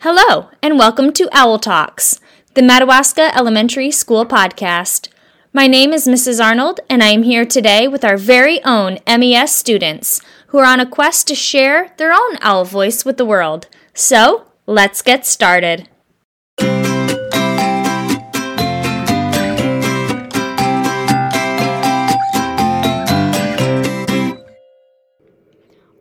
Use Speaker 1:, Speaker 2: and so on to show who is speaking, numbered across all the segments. Speaker 1: Hello, and welcome to Owl Talks, the Madawaska Elementary School podcast. My name is Mrs. Arnold, and I am here today with our very own MES students who are on a quest to share their own owl voice with the world. So, let's get started.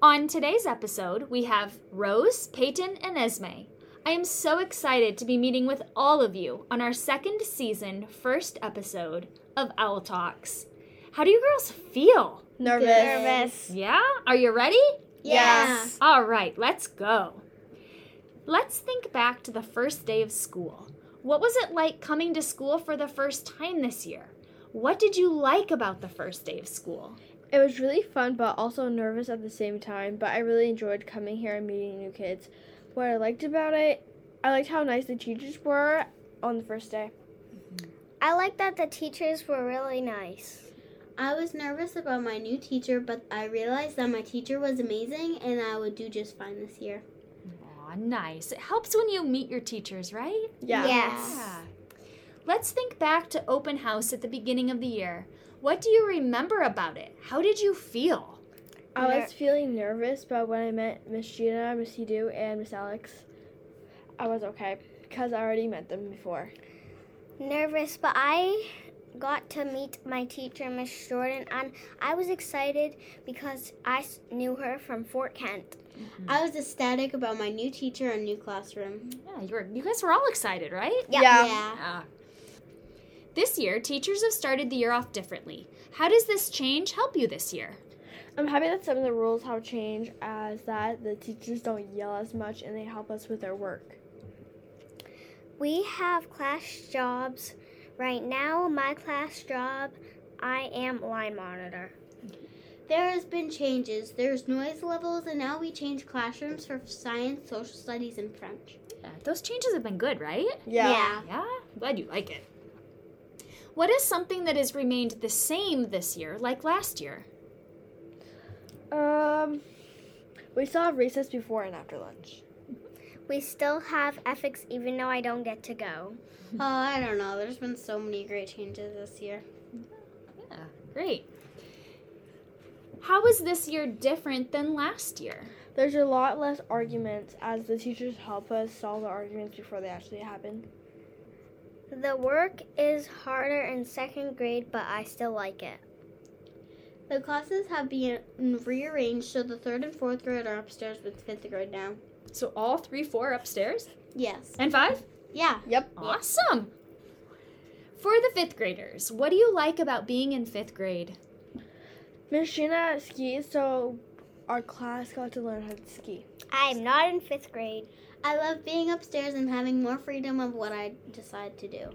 Speaker 1: On today's episode, we have Rose, Peyton, and Esme. I am so excited to be meeting with all of you on our second season, first episode of Owl Talks. How do you girls feel?
Speaker 2: Nervous.
Speaker 1: Yeah? Are you ready?
Speaker 2: Yes.
Speaker 1: All right, let's go. Let's think back to the first day of school. What was it like coming to school for the first time this year? What did you like about the first day of school?
Speaker 2: It was really fun, but also nervous at the same time. But I really enjoyed coming here and meeting new kids. What I liked about it, I liked how nice the teachers were on the first day.
Speaker 3: I like that the teachers were really nice.
Speaker 4: I was nervous about my new teacher, but I realized that my teacher was amazing and I would do just fine this year.
Speaker 1: Aw, nice. It helps when you meet your teachers, right?
Speaker 2: Yeah.
Speaker 3: Yes.
Speaker 1: Let's think back to open house at the beginning of the year. What do you remember about it? How did you feel?
Speaker 2: I was feeling nervous, but when I met Miss Gina, Miss Hidu, and Miss Alex, I was okay because I already met them before.
Speaker 3: Nervous, but I got to meet my teacher, Miss Jordan, and I was excited because I s- knew her from Fort Kent.
Speaker 4: I was ecstatic about my new teacher and new classroom.
Speaker 1: Yeah, you, were, you guys were all excited, right?
Speaker 3: Yeah.
Speaker 4: Yeah.
Speaker 1: Ah. This year, teachers have started the year off differently. How does this change help you this year?
Speaker 2: I'm happy that some of the rules have changed, as that the teachers don't yell as much and they help us with our work.
Speaker 3: We have class jobs. Right now, my class job, I am line monitor.
Speaker 4: There has been changes. There's noise levels and now we change classrooms for science, social studies, and French.
Speaker 1: Yeah, those changes have been good, right?
Speaker 3: yeah.
Speaker 1: Yeah, glad you like it. What is something that has remained the same this year, like last year?
Speaker 2: Um, we still have recess before and after lunch.
Speaker 3: We still have ethics, even though I don't get to go.
Speaker 4: Oh, I don't know. There's been so many great changes this year.
Speaker 1: Yeah, great. How is this year different than last year?
Speaker 2: There's a lot less arguments as the teachers help us solve the arguments before they actually happen.
Speaker 3: The work is harder in second grade, but I still like it.
Speaker 4: The classes have been rearranged so the third and fourth grade are upstairs with fifth grade now.
Speaker 1: So all three, four upstairs,
Speaker 4: Yes.
Speaker 1: and five.
Speaker 4: Yeah.
Speaker 2: Yep.
Speaker 1: Awesome. For the fifth graders, what do you like about being in fifth grade?
Speaker 2: Miss Sheena skis, so our class got to learn how to ski.
Speaker 3: I am not in fifth grade.
Speaker 4: I love being upstairs and having more freedom of what I decide to do.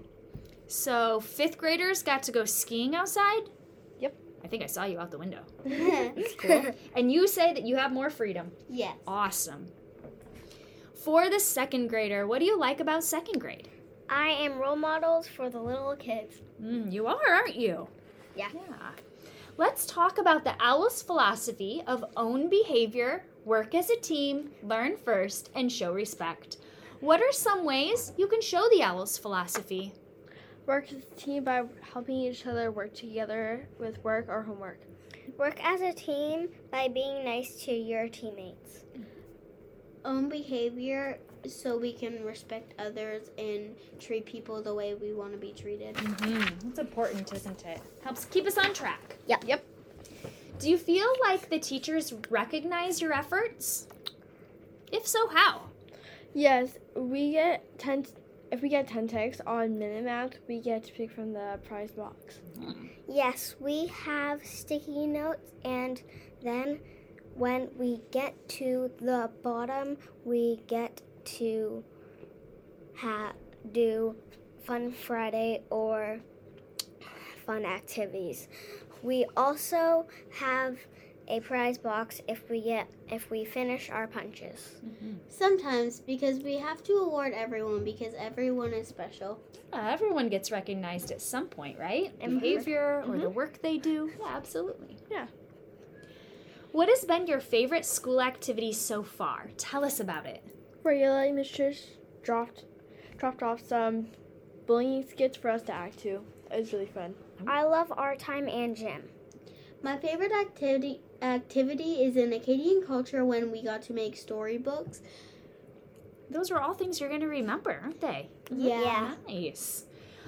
Speaker 1: So fifth graders got to go skiing outside.
Speaker 2: Yep.
Speaker 1: I think I saw you out the window.
Speaker 4: yes.
Speaker 1: Cool. and you say that you have more freedom. Awesome. For the second grader, what do you like about second grade?
Speaker 3: I am role models for the little kids.
Speaker 1: Mm, you are, aren't you?
Speaker 3: Yeah.
Speaker 1: Yeah. Let's talk about the OWL's philosophy of own behavior, work as a team, learn first, and show respect. What are some ways you can show the OWL's philosophy?
Speaker 2: Work as a team by helping each other work together with work or homework.
Speaker 3: Work as a team by being nice to your teammates.
Speaker 4: Own behavior so we can respect others and treat people the way we want to be treated.
Speaker 1: Mm-hmm. That's important, isn't it? Helps keep us on track.
Speaker 3: Yep.
Speaker 2: Yep.
Speaker 1: Do you feel like the teachers recognize your efforts? If so, how?
Speaker 2: Yes, we get ten. If we get ten texts on Minimax, we get to pick from the prize box.
Speaker 3: Yes, we have sticky notes, and then when we get to the bottom, we get to ha- do Fun Friday or fun activities. We also have a prize box if we get if we finish our punches.
Speaker 4: Sometimes, because we have to award everyone because everyone is special.
Speaker 1: Yeah, everyone gets recognized at some point, right?
Speaker 3: Mhm.
Speaker 1: Behavior or the work they do. Mm-hmm. Yeah, absolutely.
Speaker 2: Yeah.
Speaker 1: What has been your favorite school activity so far? Tell us about it.
Speaker 2: Regularly, Miss Trish dropped dropped off some bullying skits for us to act to. It was really fun.
Speaker 3: I love art time and gym.
Speaker 4: My favorite activity activity is in Acadian culture when we got to make storybooks.
Speaker 1: Those are all things you're going to remember, aren't they?
Speaker 4: Mm-hmm. Yeah.
Speaker 3: Yeah.
Speaker 1: Nice.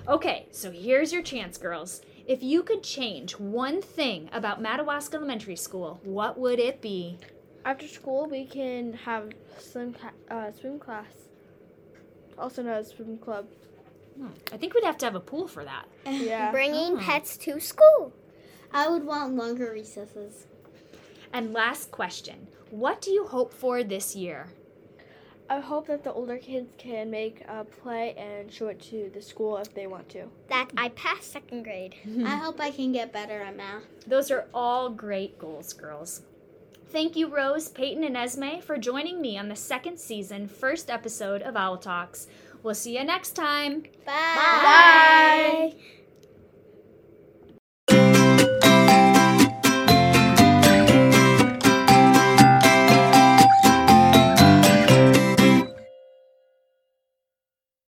Speaker 1: Okay, so here's your chance, girls. If you could change one thing about Madawaska Elementary School, what would it be?
Speaker 2: After school, we can have swim ca- uh, swim class, also known as swim club.
Speaker 1: Hmm, I think we'd have to have a pool for that.
Speaker 2: Yeah.
Speaker 3: Bringing
Speaker 1: Oh.
Speaker 3: pets to school.
Speaker 4: I would want longer recesses.
Speaker 1: And last question What do you hope for this year?
Speaker 2: I hope that the older kids can make a play and show it to the school if they want to.
Speaker 3: That I passed second grade.
Speaker 4: I hope I can get better at math.
Speaker 1: Those are all great goals, girls. Thank you, Rose, Peyton, and Esme, for joining me on the second season, first episode of Owl Talks. We'll see you next time.
Speaker 4: Bye.
Speaker 3: Bye.